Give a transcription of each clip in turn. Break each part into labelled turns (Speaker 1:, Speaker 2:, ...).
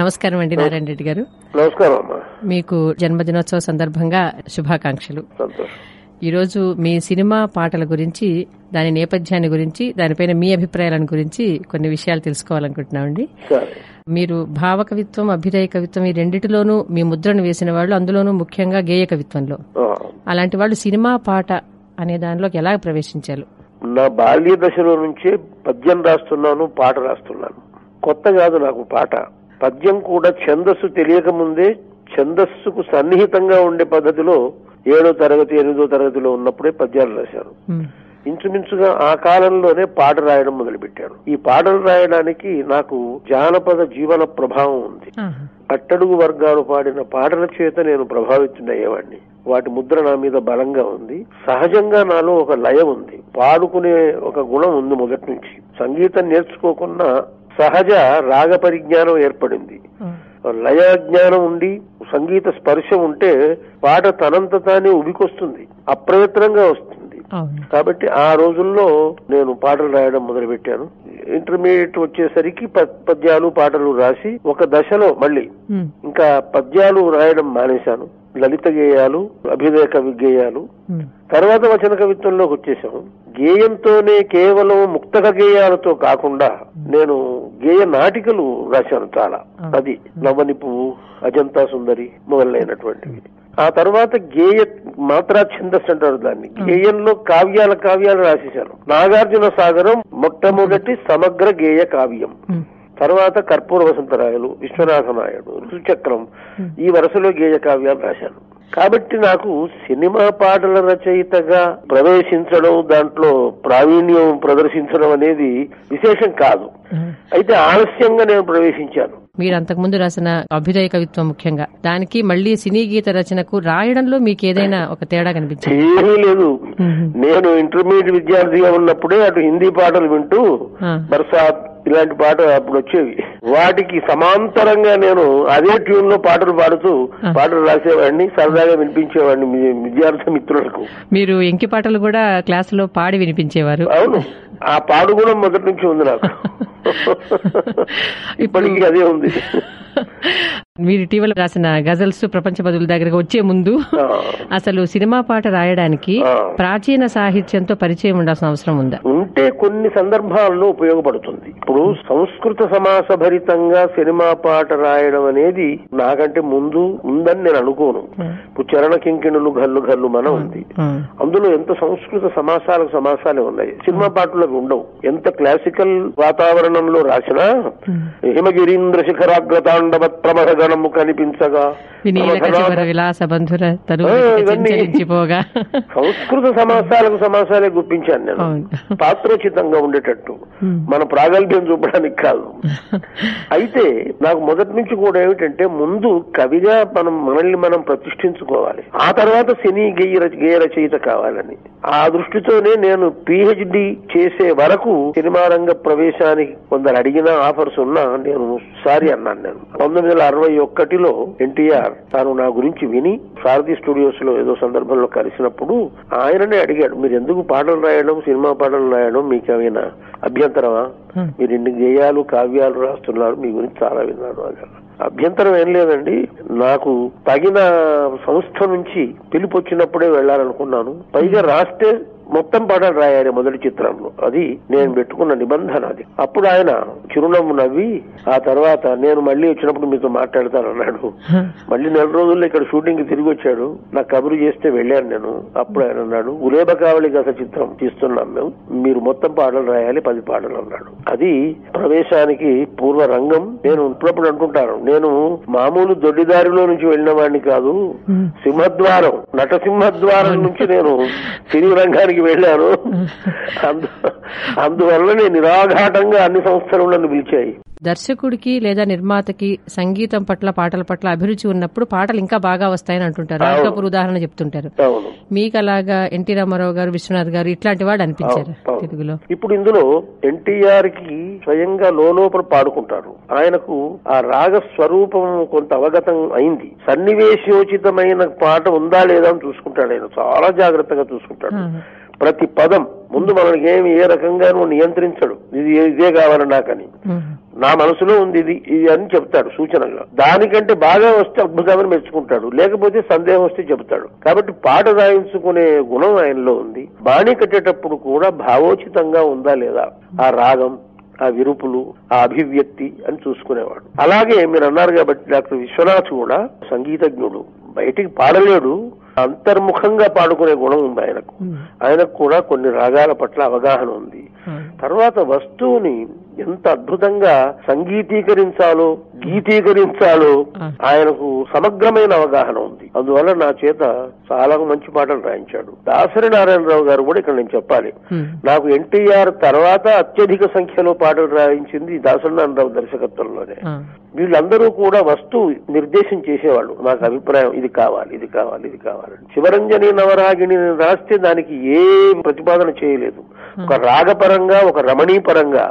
Speaker 1: నమస్కారం అండి నారాయణ రెడ్డి గారు
Speaker 2: నమస్కారం అమ్మా
Speaker 1: మీకు జన్మదినోత్సవ సందర్భంగా శుభాకాంక్షలు
Speaker 2: సంతోషం
Speaker 1: ఈరోజు మీ సినిమా పాటల గురించి దాని నేపథ్యాన్ని గురించి దానిపైన మీ అభిప్రాయాలను గురించి కొన్ని విషయాలు తెలుసుకోవాలనుకుంటున్నామండి
Speaker 2: సరే
Speaker 1: మీరు భావ కవిత్వం అభినయ కవిత్వం ఈ రెండిటిలోనూ మీ ముద్రను వేసిన వాళ్ళు అందులోనూ ముఖ్యంగా గేయ కవిత్వంలో
Speaker 2: ఆ,
Speaker 1: అలాంటి వాళ్ళు సినిమా పాట అనే దానిలోకి ఎలా ప్రవేశించారు
Speaker 2: నా బాల్య దశలో నుంచే పద్యం రాస్తున్నాను పాట రాస్తున్నాను కొత్త కాదు నాకు పాట పద్యం కూడా ఛందస్సు తెలియక ముందే ఛందస్సుకు సన్నిహితంగా ఉండే పద్ధతిలో ఏడో తరగతి ఎనిమిదో తరగతిలో ఉన్నప్పుడే పద్యాలు రాశాను
Speaker 1: ఉమ్,
Speaker 2: ఇంచుమించుగా ఆ కాలంలోనే పాట రాయడం మొదలుపెట్టాను ఈ పాటలు రాయడానికి నాకు జానపద జీవన ప్రభావం ఉంది
Speaker 1: ఆహా,
Speaker 2: అట్టడుగు వర్గాలు పాడిన పాటల చేత నేను ప్రభావితుడయ్యేవాడిని వాటి ముద్ర నా మీద బలంగా ఉంది సహజంగా నాలో ఒక లయ ఉంది పాడుకునే ఒక గుణం ఉంది మొదటి నుంచి సంగీతం నేర్చుకోకుండా సహజ రాగ పరిజ్ఞానం ఏర్పడింది
Speaker 1: ఆ,
Speaker 2: లయ జ్ఞానం ఉండి సంగీత స్పర్శ ఉంటే పాట తనంత తానే ఉబికొస్తుంది అప్రయత్నంగా వస్తుంది
Speaker 1: అవును
Speaker 2: కాబట్టి ఆ రోజుల్లో నేను పాటలు రాయడం మొదలుపెట్టాను ఇంటర్మీడియట్ వచ్చేసరికి ప- పద్యాలు పాటలు రాసి ఒక దశలో మళ్ళీ
Speaker 1: ఉమ్,
Speaker 2: ఇంకా పద్యాలు రాయడం మానేశాను లలిత గేయాలు అభ్యుదయ కవి గేయాలు
Speaker 1: ఉమ్,
Speaker 2: తర్వాత వచన కవిత్వంలోకి వచ్చేసాము గేయంతోనే కేవలం ముక్తక గేయాలతో కాకుండా నేను గేయ నాటికలు రాశాను చాలా అది నవ్వని పువ్వు అజంతా సుందరి మొదలైనటువంటివి ఆ తర్వాత గేయ మాత్రా ఛందస్సు అంటారు దాన్ని గేయంలో కావ్యాల కావ్యాలు రాసేశాను నాగార్జున సాగరం మొట్టమొదటి సమగ్ర గేయ కావ్యం
Speaker 1: ఉమ్,
Speaker 2: తర్వాత కర్పూర వసంతరాయలు విశ్వనాథ నాయుడు ఋషిచక్రం ఈ వరుసలో గేయ కావ్యాలు రాశాను కాబట్టి నాకు సినిమా పాటల రచయితగా ప్రవేశించడం దాంట్లో ప్రావీణ్యం ప్రదర్శించడం అనేది విశేషం కాదు
Speaker 1: ఉమ్.
Speaker 2: అయితే ఆలస్యంగా నేను ప్రవేశించాను
Speaker 1: మీరు అంతకుముందు రాసిన అభ్యుదయ కవిత్వం ముఖ్యంగా దానికి మళ్ళీ సినీ గీత రచనకు రాయడంలో మీకు ఏదైనా ఒక తేడా కనిపించింది
Speaker 2: ఏమీ లేదు నేను ఇంటర్మీడియట్ విద్యార్థిగా ఉన్నప్పుడే అటు హిందీ పాటలు వింటూ బర్సాత్ ఇలాంటి పాట అప్పుడు వచ్చేవి వాటికి సమాంతరంగా నేను అదే ట్యూన్ లో పాటలు పాడుతూ
Speaker 1: ఆ.
Speaker 2: పాటలు రాసేవాడిని సరదాగా వినిపించేవాడిని మీ విద్యార్థి మిత్రులకు
Speaker 1: మీరు ఎంకి పాటలు కూడా క్లాసులో పాడి వినిపించేవారు
Speaker 2: అవును ఆ పాడు కూడా మొదటి నుంచి ఉంది నాకు ఇప్పటికీ అదే ఉంది
Speaker 1: మీరు ఇటీవల రాసిన గజల్స్ ప్రపంచ బదులు దగ్గరకు వచ్చే ముందు
Speaker 2: ఆ.
Speaker 1: అసలు సినిమా పాట రాయడానికి
Speaker 2: ఆ.
Speaker 1: ప్రాచీన సాహిత్యంతో పరిచయం ఉండాల్సిన అవసరం ఉందా
Speaker 2: ఉంటే కొన్ని సందర్భాల్లో ఉపయోగపడుతుంది ఇప్పుడు సంస్కృత సమాస భరితంగా సినిమా పాట రాయడం అనేది నాకంటే ముందు ఉందని నేను అనుకోను ఇప్పుడు చరణ కింకిణులు గల్లు గల్లు మన ఉంది
Speaker 1: ఉమ్,
Speaker 2: అందులో ఎంత సంస్కృత సమాసాలకు సమాసాలే ఉన్నాయి సినిమా పాటలకు ఉండవు ఎంత క్లాసికల్ వాతావరణంలో రాసినా
Speaker 1: Hmm.
Speaker 2: హిమగిరీంద్ర శిఖరాగ్ర తాండవ ప్రమథ గణము కనిపించగా
Speaker 1: వినీల కచివర విలాస బంధుర తరువు
Speaker 2: ఆ, ఇవన్నీ.
Speaker 1: చలించిపోగా
Speaker 2: సంస్కృత సమాసాలకు సమాసాలే గుర్తించాను నేను
Speaker 1: అవును
Speaker 2: పాత్రోచితంగా ఉండేటట్టు
Speaker 1: ఉమ్.
Speaker 2: మన ప్రాగల్భ్యం చూపడానికి కాదు అయితే నాకు మొదటి నుంచి కూడా ఏమిటంటే ముందు కవిగా మనం మనల్ని మనం ప్రతిష్ఠించుకోవాలి ఆ తర్వాత సినీ గేయ రచ- గేయ రచయిత కావాలని ఆ దృష్టితోనే నేను పిహెచ్డి చేసే వరకు సినిమా రంగ ప్రవేశానికి కొందరు అడిగిన ఆఫర్స్ ఉన్నా నేను సారీ అన్నాను నేను పంతొమ్మిది వందల అరవై ఒకటిలో ఎన్టీఆర్ తాను నా గురించి విని సారథి స్టూడియోస్ లో ఏదో సందర్భంలో కలిసినప్పుడు ఆయననే అడిగాడు మీరు ఎందుకు పాటలు రాయడం సినిమా పాటలు రాయడం మీకేమైనా అభ్యంతరమా
Speaker 1: Hmm.
Speaker 2: మీరు ఇన్ని గేయాలు కావ్యాలు రాస్తున్నారు మీ గురించి చాలా విన్నాను అన్నారు అభ్యంతరం ఏం లేదండి నాకు తగిన సంస్థ నుంచి పిలుపు వచ్చినప్పుడే వెళ్ళాలనుకున్నాను పైగా రాస్తే మొత్తం పాటలు రాయాలి మొదటి చిత్రంలో అది నేను పెట్టుకున్న నిబంధన అది అప్పుడు ఆయన చిరునవ్వు నవ్వి ఆ తర్వాత నేను మళ్ళీ వచ్చినప్పుడు మీతో మాట్లాడతానన్నాడు మళ్ళీ నెల రోజుల్లో ఇక్కడ షూటింగ్ కి తిరిగి వచ్చాడు నాకు కబురు చేస్తే వెళ్ళాను నేను అప్పుడు ఆయన అన్నాడు ఉలేబ కావళి కథ చిత్రం తీస్తున్నాం మేము మీరు మొత్తం పాటలు రాయాలి పది పాటలు అన్నాడు అది ప్రవేశానికి పూర్వ రంగం నేను ఇప్పుడప్పుడు అంటుంటాను నేను మామూలు దొడ్డిదారిలో నుంచి వెళ్ళిన వాడిని కాదు సింహద్వారం నటసింహద్వారం నుంచి నేను సినీ రంగానికి వెళ్ళాను అందు అందువల్ల నేను నిరాఘాటంగా అన్ని సంస్థలు నన్ను పిలిచాయి
Speaker 1: దర్శకుడికి లేదా నిర్మాతకి సంగీతం పట్ల పాటల పట్ల అభిరుచి ఉన్నప్పుడు పాటలు ఇంకా బాగా వస్తాయని అంటుంటారు రాజ్ కపూర్ ఉదాహరణ చెప్తుంటారు
Speaker 2: అవును
Speaker 1: మీకు అలాగా ఎన్టీ రామారావు గారు విశ్వనాథ్ గారు ఇట్లాంటి వాడు అనిపించారు
Speaker 2: అవును.
Speaker 1: తెలుగులో
Speaker 2: ఇప్పుడు ఇందులో ఎన్టీఆర్ కి స్వయంగా లోపల పాడుకుంటారు ఆయనకు ఆ రాగ స్వరూపం కొంత అవగతం అయింది సన్నివేశోచితమైన పాట ఉందా లేదా అని చూసుకుంటాడు ఆయన చాలా జాగ్రత్తగా చూసుకుంటాడు ప్రతి పదం ముందు మనకి ఏమి ఏ రకంగా నియంత్రించడు ఇది ఇదే కావాలి నాకని
Speaker 1: ఉమ్.
Speaker 2: నా మనసులో ఉంది ఇది ఇది అని చెప్తాడు సూచనగా దానికంటే బాగా వస్తే అద్భుతమని మెచ్చుకుంటాడు లేకపోతే సందేహం వస్తే చెబుతాడు కాబట్టి పాట రాయించుకునే గుణం ఆయనలో ఉంది బాణి కట్టేటప్పుడు కూడా భావోచితంగా ఉందా లేదా ఆ రాగం ఆ విరుపులు ఆ అభివ్యక్తి అని చూసుకునేవాడు అలాగే మీరు అన్నారు కాబట్టి డాక్టర్ విశ్వనాథ్ కూడా సంగీతజ్ఞుడు బయటికి పాడలేడు అంతర్ముఖంగా పాడుకునే గుణం ఉంది ఆయనకు
Speaker 1: ఉమ్.
Speaker 2: ఆయనకు కూడా కొన్ని రాగాల పట్ల అవగాహన ఉంది
Speaker 1: ఉమ్.
Speaker 2: తర్వాత వస్తువుని ఎంత అద్భుతంగా సంగీతీకరించాలో గీతీకరించాలో
Speaker 1: ఆ.
Speaker 2: ఆయనకు సమగ్రమైన అవగాహన ఉంది అందువల్ల నా చేత చాలా మంచి పాటలు రాయించాడు దాసరి నారాయణరావు గారు కూడా ఇక్కడ నేను చెప్పాలి
Speaker 1: ఉమ్.
Speaker 2: నాకు ఎన్టీఆర్ తర్వాత అత్యధిక సంఖ్యలో పాటలు రాయించింది దాసరి నారాయణరావు దర్శకత్వంలోనే
Speaker 1: ఆ.
Speaker 2: వీళ్ళందరూ కూడా వస్తువు నిర్దేశం చేసేవాళ్ళు నాకు అభిప్రాయం ఇది కావాలి ఇది కావాలి ఇది కావాలి శివరంజని నవరాగిణి రాస్తే దానికి ఏ ప్రతిపాదన చేయలేదు ఒక రాగపరంగా ఒక రమణీపరంగా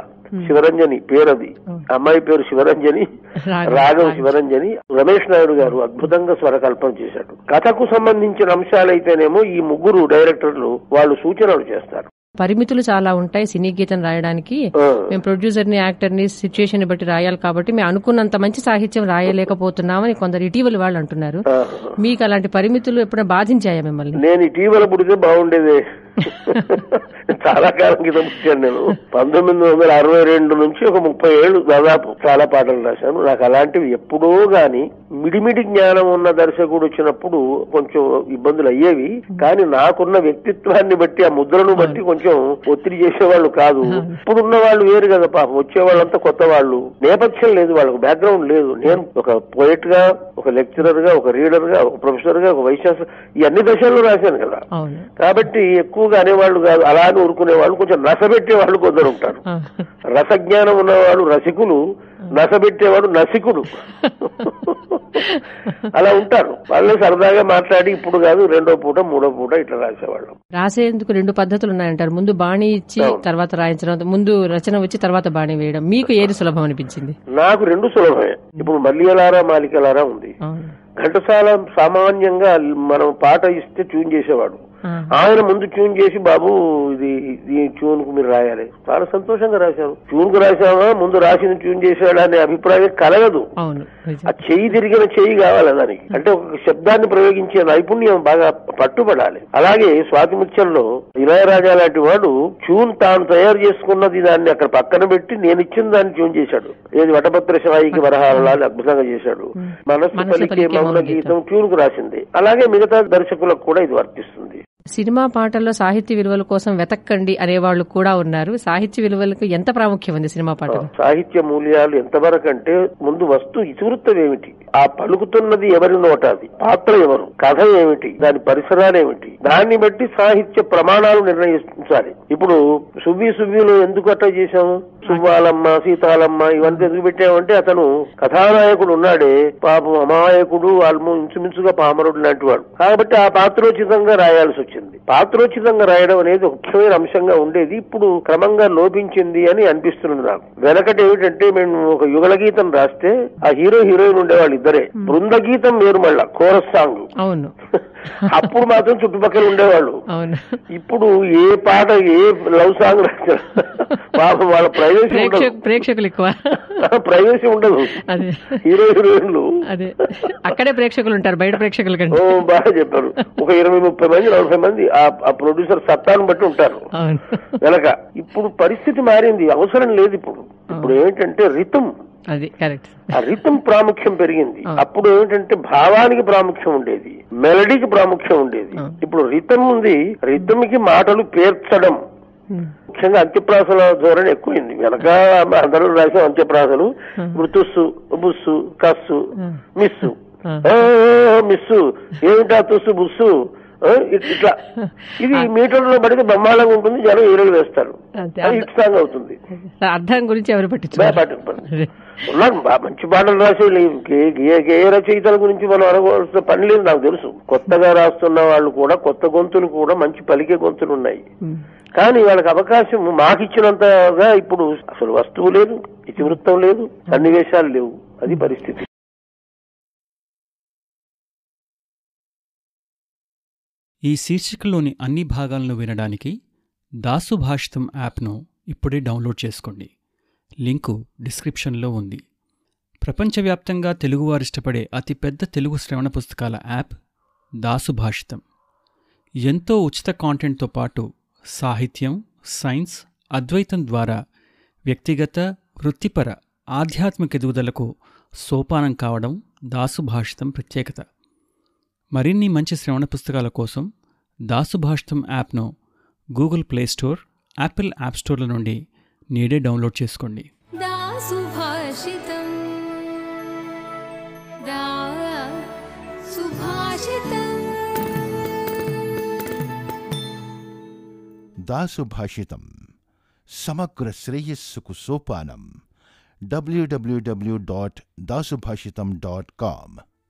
Speaker 2: శివరంజని పేరది అమ్మాయి పేరు శివరంజని
Speaker 1: రాగం.
Speaker 2: రాగం శివరంజని రమేష్ నాయుడు గారు అద్భుతంగా స్వరకల్పన చేశాడు కథకు సంబంధించిన అంశాలైతేనేమో ఈ ముగ్గురు డైరెక్టర్లు వాళ్ళు సూచనలు చేస్తారు
Speaker 1: పరిమితులు చాలా ఉంటాయి సినీ గీతం రాయడానికి
Speaker 2: ఆ.
Speaker 1: మేము ప్రొడ్యూసర్ ని యాక్టర్ ని సిచ్యుయేషన్ బట్టి రాయాలి కాబట్టి మేము అనుకున్నంత మంచి సాహిత్యం రాయలేకపోతున్నామని కొందరు ఇటీవల వాళ్ళు అంటున్నారు
Speaker 2: ఆ.
Speaker 1: మీకు అలాంటి పరిమితులు ఎప్పుడైనా బాధించాయా మిమ్మల్ని
Speaker 2: నేను ఇటీవల పుడితే బాగుండేదే చాలా కాలం క్రితం పుట్టాను నేను పంతొమ్మిది వందల అరవై రెండు నుంచి ఒక ముప్పై ఏళ్ళు దాదాపు చాలా పాటలు రాశాను నాకు అలాంటివి ఎప్పుడో గాని మిడిమిడి జ్ఞానం ఉన్న దర్శకుడు వచ్చినప్పుడు కొంచెం ఇబ్బందులు అయ్యేవి కానీ నాకున్న వ్యక్తిత్వాన్ని బట్టి ఆ ముద్రను బట్టి కొంచెం ఒత్తిడి చేసేవాళ్ళు కాదు ఇప్పుడున్న వాళ్ళు వేరు కదా పాపం వచ్చేవాళ్ళంతా కొత్త వాళ్ళు నేపథ్యం లేదు వాళ్ళకు బ్యాక్గ్రౌండ్ లేదు నేను ఒక పోయిట్ గా ఒక లెక్చరర్ గా ఒక రీడర్ గా ఒక ప్రొఫెసర్ గా ఒక వైశాస్ ఈ అన్ని దశల్లో రాశాను కదా
Speaker 1: అవును
Speaker 2: కాబట్టి ఎక్కువగా అనేవాళ్ళు కాదు అలా అని ఊరుకునే వాళ్ళు కొంచెం నసబెట్టే వాళ్ళు కొందరు ఉంటారు
Speaker 1: ఆ.
Speaker 2: రసజ్ఞానం ఉన్నవాడు రసికులు నసబెట్టేవాడు నసికుడు అలా ఉంటారు వాళ్ళే సరదాగా మాట్లాడి ఇప్పుడు కాదు రెండో పూట మూడో పూట ఇట్లా రాసేవాళ్ళం
Speaker 1: రాసేందుకు రెండు పద్ధతులు ఉన్నాయంటారు ముందు బాణీ ఇచ్చి తర్వాత రాయించడం ముందు రచన వచ్చి తర్వాత బాణీ వేయడం మీకు ఏది సులభం అనిపించింది
Speaker 2: నాకు రెండు సులభమే ఇప్పుడు మల్లియలారా మాలికలారా ఉంది
Speaker 1: అవును
Speaker 2: ఘంటసాల సామాన్యంగా మనం పాట ఇస్తే ట్యూన్ చేసేవాడు
Speaker 1: ఆ.
Speaker 2: ఆయన ముందు ట్యూన్ చేసి బాబు ఇది ఈ ట్యూన్ కు మీరు రాయాలి చాలా సంతోషంగా రాశాను ట్యూన్ కు రాశావా ముందు రాసిన ట్యూన్ చేశాడా అనే అభిప్రాయం కలగదు
Speaker 1: అవును నిజం.
Speaker 2: ఆ చెయ్యి తిరిగిన చెయ్యి కావాలి దానికి అంటే ఒక శబ్దాన్ని ప్రయోగించే నైపుణ్యం బాగా పట్టుబడాలి అలాగే స్వాతిముత్యంలో ఇళయరాజా లాంటి వాడు ట్యూన్ తాను తయారు చేసుకున్నది దాన్ని అక్కడ పక్కన పెట్టి నేను ఇచ్చిన దాన్ని ట్యూన్ చేశాడు ఏది వటభద్ర శివాయికి వరహాల అద్భుతంగా చేశాడు మనస్సు
Speaker 1: మనస్సు
Speaker 2: పలికే
Speaker 1: పలికే
Speaker 2: మౌన
Speaker 1: మౌన
Speaker 2: గీతం ట్యూన్ కు రాసింది అలాగే మిగతా దర్శకులకు కూడా ఇది వర్తిస్తుంది
Speaker 1: సినిమా పాటల్లో సాహిత్య విలువల కోసం వెతక్కండి అనేవాళ్ళు కూడా ఉన్నారు సాహిత్య విలువలకు ఎంత ప్రాముఖ్యం ఉంది సినిమా పాటలు
Speaker 2: సాహిత్య మూల్యాలు ఎంతవరకు అంటే ముందు వస్తు ఇతివృత్తం ఏమిటి ఆ పలుకుతున్నది ఎవరి నోట అది పాత్ర ఎవరు కథ ఏమిటి దాని పరిసరాలు ఏమిటి దాన్ని బట్టి సాహిత్య ప్రమాణాలు నిర్ణయించాలి ఇప్పుడు సువ్వి సువ్విలో ఎందుకు అట్లా చేశాము సువ్వాలమ్మ సీతాలమ్మ ఇవంతా ఎందుకు పెట్టామంటే అతను కథానాయకుడు ఉన్నాడే పాపం అమాయకుడు ఆల్మో ఇంచుమించుగా పామరుడు లాంటి వాడు కాబట్టి ఆ పాత్రోచితంగా రాయాల్సి వచ్చింది పాత్రోచితంగా రాయడం అనేది ఒక ముఖ్యమైన అంశంగా ఉండేది ఇప్పుడు క్రమంగా లోపించింది అని అనిపిస్తున్నది నాకు వెనకటి ఏమిటంటే మేము ఒక యుగల గీతం రాస్తే ఆ హీరో హీరోయిన్ ఉండేవాళ్ళు ఇద్దరే బృంద గీతం వేరు మళ్ళా కోరస్ సాంగ్
Speaker 1: అవును
Speaker 2: అప్పుడు మాత్రం చుట్టుపక్కల ఉండేవాళ్ళు
Speaker 1: అవును
Speaker 2: ఇప్పుడు ఏ పాట ఏ లవ్ సాంగ్ రాసినా పాపం వాళ్ళ ప్రైవేసీ ఉండదు
Speaker 1: ప్రేక్షకు- ప్రేక్షకులు ఎక్కువ
Speaker 2: ప్రైవేసీ ఉండదు
Speaker 1: అదే
Speaker 2: హీరో హీరోయిన్లు
Speaker 1: అదే అక్కడే ప్రేక్షకులు ఉంటారు బయట ప్రేక్షకుల కంటే
Speaker 2: ఓ బాగా చెప్పారు ఒక ఇరవై ముప్పై మంది నలభై మంది ఆ- ఆ ప్రొడ్యూసర్ సత్తాను బట్టి ఉంటారు
Speaker 1: అవును
Speaker 2: వెనక ఇప్పుడు పరిస్థితి మారింది అవసరం లేదు ఇప్పుడు ఇప్పుడు ఏమిటంటే రితం
Speaker 1: అది కరెక్ట్
Speaker 2: ఆ రితం ప్రాముఖ్యం పెరిగింది అప్పుడు ఏమిటంటే భావానికి ప్రాముఖ్యం ఉండేది మెలడీకి ప్రాముఖ్యం ఉండేది ఇప్పుడు రితం ఉంది రితంకి మాటలు పేర్చడం ముఖ్యంగా అంత్యప్రాసల ధోరణి ఎక్కువైంది వెనక అందరూ రాసిన అంత్యప్రాసలు మృతుస్సు బుస్సు కస్సు మిస్సు ఆ, మిస్సు ఏమిటా తుస్సు బుస్సు ఆ, ఇట్- ఇట్లా ఇది మీటర్లో పడితే బ్రహ్మాండంగా ఉంటుంది జనం ఈరలు వేస్తారు
Speaker 1: అంతే.
Speaker 2: అది హిట్ సాంగ్ అవుతుంది
Speaker 1: అర్థం గురించి ఎవరు
Speaker 2: బాగా
Speaker 1: పట్టించుకోరు
Speaker 2: పాట
Speaker 1: అదే.
Speaker 2: ఉన్నారు బా- మంచి పాటలు రాసే గేయ రచయితల గురించి మనం అనవలసిన పని లేదు నాకు తెలుసు కొత్తగా రాస్తున్న వాళ్ళు కూడా కొత్త గొంతులు కూడా మంచి పలికే గొంతులు ఉన్నాయి
Speaker 1: ఉమ్.
Speaker 2: కానీ వాళ్ళకి అవకాశం మాకు ఇచ్చినంతగా ఇప్పుడు అసలు వస్తువు లేదు ఇతివృత్తం లేదు సన్నివేశాలు లేవు అది పరిస్థితి
Speaker 3: ఈ శీర్షికలోని అన్ని భాగాలను వినడానికి దాసు భాషితం యాప్ను ఇప్పుడే డౌన్లోడ్ చేసుకోండి లింకు డిస్క్రిప్షన్లో ఉంది ప్రపంచవ్యాప్తంగా తెలుగువారు ఇష్టపడే అతిపెద్ద తెలుగు శ్రవణ పుస్తకాల యాప్ దాసు భాషితం ఎంతో ఉచిత కాంటెంట్తో పాటు సాహిత్యం సైన్స్ అద్వైతం ద్వారా వ్యక్తిగత వృత్తిపర ఆధ్యాత్మిక ఎదుగుదలకు సోపానం కావడం దాసు భాషితం ప్రత్యేకత మరిన్ని మంచి శ్రవణ పుస్తకాల కోసం దాసుభాషితం యాప్ను Google Play Store Apple app స్టోర్ల నుండి నేడే డౌన్లోడ్ చేసుకోండి
Speaker 4: दासुभाषितम् दा सुभाषितम्
Speaker 5: దాసుభాషితం సమగ్ర శ్రేయస్సుకు సోపానం W W W dot Dasubhashitam dot com